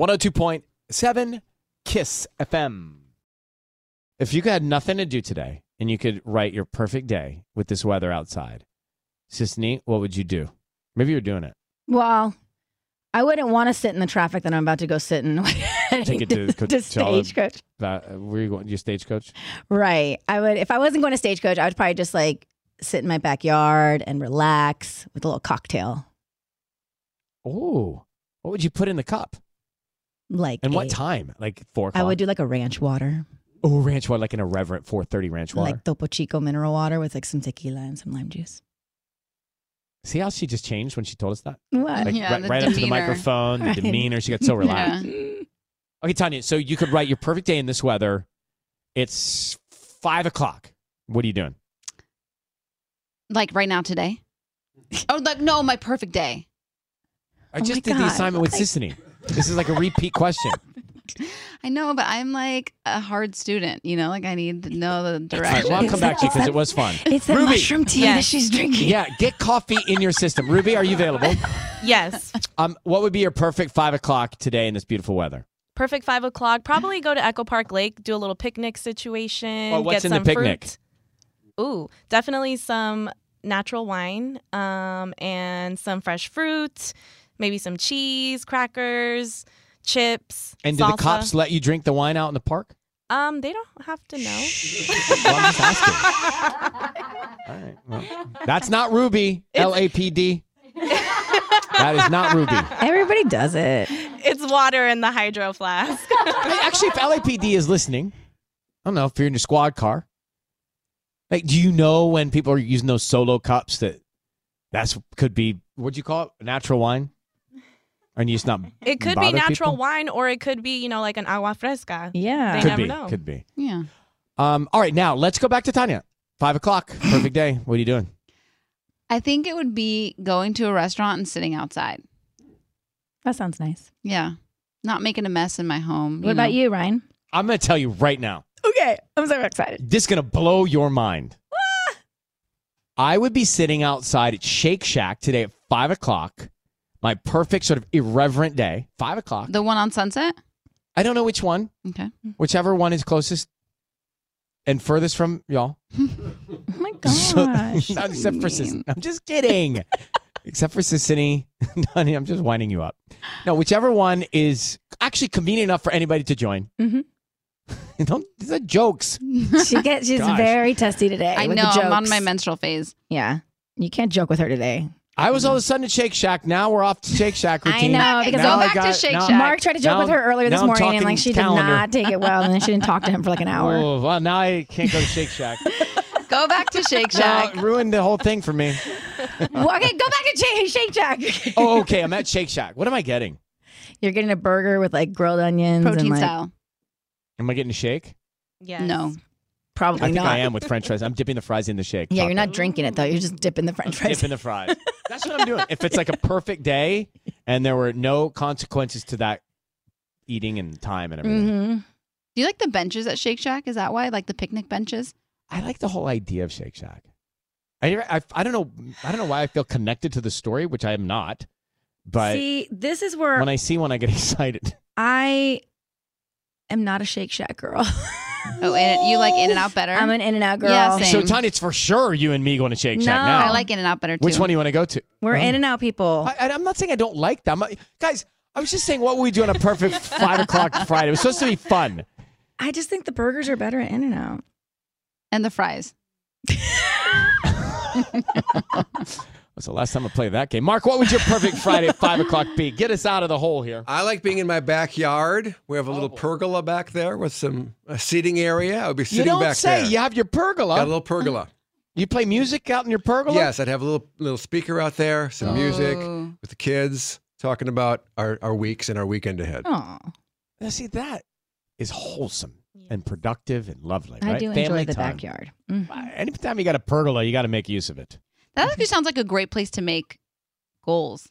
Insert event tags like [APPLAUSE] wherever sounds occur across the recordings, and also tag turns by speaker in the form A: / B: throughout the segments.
A: 102.7 Kiss FM. If you had nothing to do today and you could write your perfect day with this weather outside, Sisney, what would you do? Maybe you're doing it.
B: Well, I wouldn't want to sit in the traffic that I'm about to go sit in. [LAUGHS]
A: Take it to
B: to
A: Coachella.
B: stagecoach.
A: About, were you going your stagecoach?
B: Right. I would if I wasn't going to stagecoach, I would probably just like sit in my backyard and relax with a little cocktail.
A: Oh, what would you put in the cup?
B: Like
A: And
B: a-
A: what time? Like four o'clock.
B: I would do like a ranch water,
A: oh ranch water, like an irreverent four thirty ranch water.
B: like Topo Chico mineral water with like some tequila and some lime juice.
A: See how she just changed when she told us that?
B: What?
A: Like
C: Yeah,
A: right,
C: the
A: right up to the
C: demeanor.
A: microphone, the
B: [LAUGHS] Right.
A: demeanor. She got so relaxed. Okay, Tanya. So you could write your perfect day in this weather. It's five o'clock. What are you doing?
C: Like right now today? Oh, like no, my perfect day.
A: I
B: Oh
A: just
B: my
A: did the
B: God.
A: assignment with
B: Like-
A: Sissany. This is like a repeat
B: [LAUGHS]
A: question.
C: I know, but I'm like a hard student, you know, like I need to know the
A: All right,
C: direction.
A: well, I'll come back to you because it was fun.
B: It's that
A: Ruby.
B: mushroom tea
D: Yes.
B: that she's drinking.
A: Yeah, get coffee in your system. Ruby, are you available?
D: Yes.
A: Um, what would be your perfect five o'clock today in this beautiful weather?
D: Perfect five o'clock. Probably go to Echo Park Lake, do a little picnic situation.
A: Oh, what's
D: get
A: in the
D: some
A: picnic?
D: fruit. Ooh, definitely some natural wine um, and some fresh fruit, maybe some cheese, crackers, chips.
A: And do the
D: salsa.
A: cops let you drink the wine out in the park?
D: Um, they don't have to know.
A: Well, I'm just asking.
B: [LAUGHS]
A: All right. well, that's not Ruby, LAPD. That is not Ruby.
B: Everybody does it.
D: It's water in the hydro flask.
A: Hey, Actually, if LAPD is listening, I don't know if you're in your squad car. Like, do you know when people are using those solo cups that that's could be what'd you call it? Natural wine? And you just not
D: [LAUGHS] it could be
A: bother
D: natural
A: people?
D: wine, or it could be you know like an agua fresca.
B: Yeah.
D: They
A: Could
D: never
A: be.
D: know.
A: Could be.
C: Yeah.
A: Um, all right, now let's go back to Tanya. Five o'clock, perfect day. What are you doing?
C: I think it would be going to a restaurant and sitting outside.
B: That sounds nice.
C: Yeah. Not making a mess in my home.
B: What about
C: know?
B: you, Ryan?
A: I'm gonna tell you right now.
B: Okay. I'm so excited.
A: This is gonna blow your mind.
D: Ah!
A: I would be sitting outside at Shake Shack today at five o'clock. My perfect sort of irreverent day. Five o'clock.
C: The one on Sunset?
A: I don't know which one,
C: Okay.
A: whichever one is closest and furthest from y'all. [LAUGHS]
B: Oh my
A: So-
B: gosh.
A: not except for Sis. I'm just kidding. except for Sissany. [LAUGHS] Honey, I'm just winding you up. No, whichever one is actually convenient enough for anybody to join.
B: Mhm.
A: [LAUGHS] don't, these are jokes.
B: she gets she's
A: Gosh.
B: very testy today.
C: I
B: with the
C: know. I'm on
B: jokes.
C: my menstrual phase.
B: Yeah. You can't joke with her today.
A: I was all of a sudden at Shake Shack. Now we're off to Shake Shack
B: I
A: routine.
B: know, because
A: Now
C: Go
A: I
C: back to Shake
A: now-
C: Shack.
B: Mark tried to joke
A: Now-
B: with her earlier this
A: now I'm
B: morning, and
A: talking
B: like she
A: calendar.
B: did not take it well, and then she didn't talk to him for like an
A: [LAUGHS]
B: hour.
A: Oh, well, now I can't go to Shake
B: [LAUGHS]
A: Shack.
C: Go back to Shake
A: Now
C: Shack.
A: it ruined the whole thing for me.
B: Well, okay, go back to Shake, Shake Shack.
A: Oh, okay. I'm at Shake Shack. What am I getting?
B: [LAUGHS] You're getting a burger with like grilled onions, and,
C: Protein
B: like,
C: style.
A: Am I getting a shake?
E: Yes.
C: No.
A: I
B: Probably
A: think
B: not.
A: I am with French fries. I'm dipping the fries in the shake.
B: Yeah, you're
A: Taco.
B: not drinking it though. You're just dipping the French fries. [LAUGHS]
A: Dipping the fries. That's what I'm doing. If it's like a perfect day and there were no consequences to that eating and time and
D: Mm-hmm.
A: everything,
B: hmm
C: Do you like the benches at Shake Shack? Is that why? Like the picnic benches?
B: Mm-hmm.
A: I like the whole idea of Shake Shack. I, I, I don't know. I don't know why I feel connected to the story, which I am not. But
B: See, this is where
A: when I see one, I get [LAUGHS] excited.
B: I am not a Shake Shack girl.
C: Oh, and you like In and Out better?
B: I'm an In and Out girl.
C: Yeah,
A: So,
C: same.
A: Tanya, it's for sure you and me going to Shake Shack
B: No.
A: now.
C: I like In and Out better too.
A: Oh. Which one do you want to go to?
B: We're
A: Oh.
B: In and Out people.
A: I, I- I'm not saying I don't like them, I- guys. I was just saying, what would we do on a
B: [LAUGHS]
A: perfect five o'clock Friday? It was supposed to be fun.
B: I just think the burgers are better at In and Out.
C: And the fries.
A: That's the last time I played that game. Mark, what would your perfect
B: [LAUGHS]
A: Friday at five o'clock be? Get us out of the hole here.
F: I like being in my backyard. We have a
G: Oh.
F: little pergola back there with some a seating area. I would be
A: You
F: sitting
A: don't
F: back
A: say.
F: there.
A: You have your pergola.
F: Got a little pergola.
A: you play music out in your pergola.
F: Yes, I'd have a little little speaker out there, some music
C: Ooh.
F: with the kids talking about our, our weeks and our weekend ahead.
C: Oh.
A: Now, see that is wholesome and productive and lovely.
B: I
A: right?
B: do enjoy
A: Family
B: the
A: time. Uh,
B: backyard. Mm.
A: Anytime you got a pergola, you got to make use of it.
C: That actually sounds like a great place to make goals.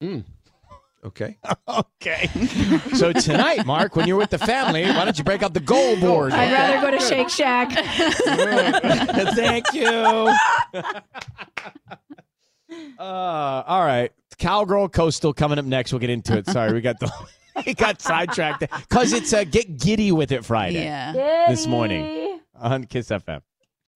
F: [LAUGHS] Okay.
A: Okay. so tonight, Mark, when you're with the family, why don't you break out the goal board?
B: I'd rather go to Shake [LAUGHS] Shack.
A: [LAUGHS] Thank you. [LAUGHS] uh, all right. Cowgirl Coastal coming up next. We'll get into it. Sorry, we got the [LAUGHS] we got sidetracked because it's a get giddy with it Friday
C: Yeah.
A: this morning on Kiss FM.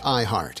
H: iHeart.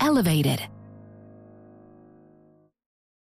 I: elevated.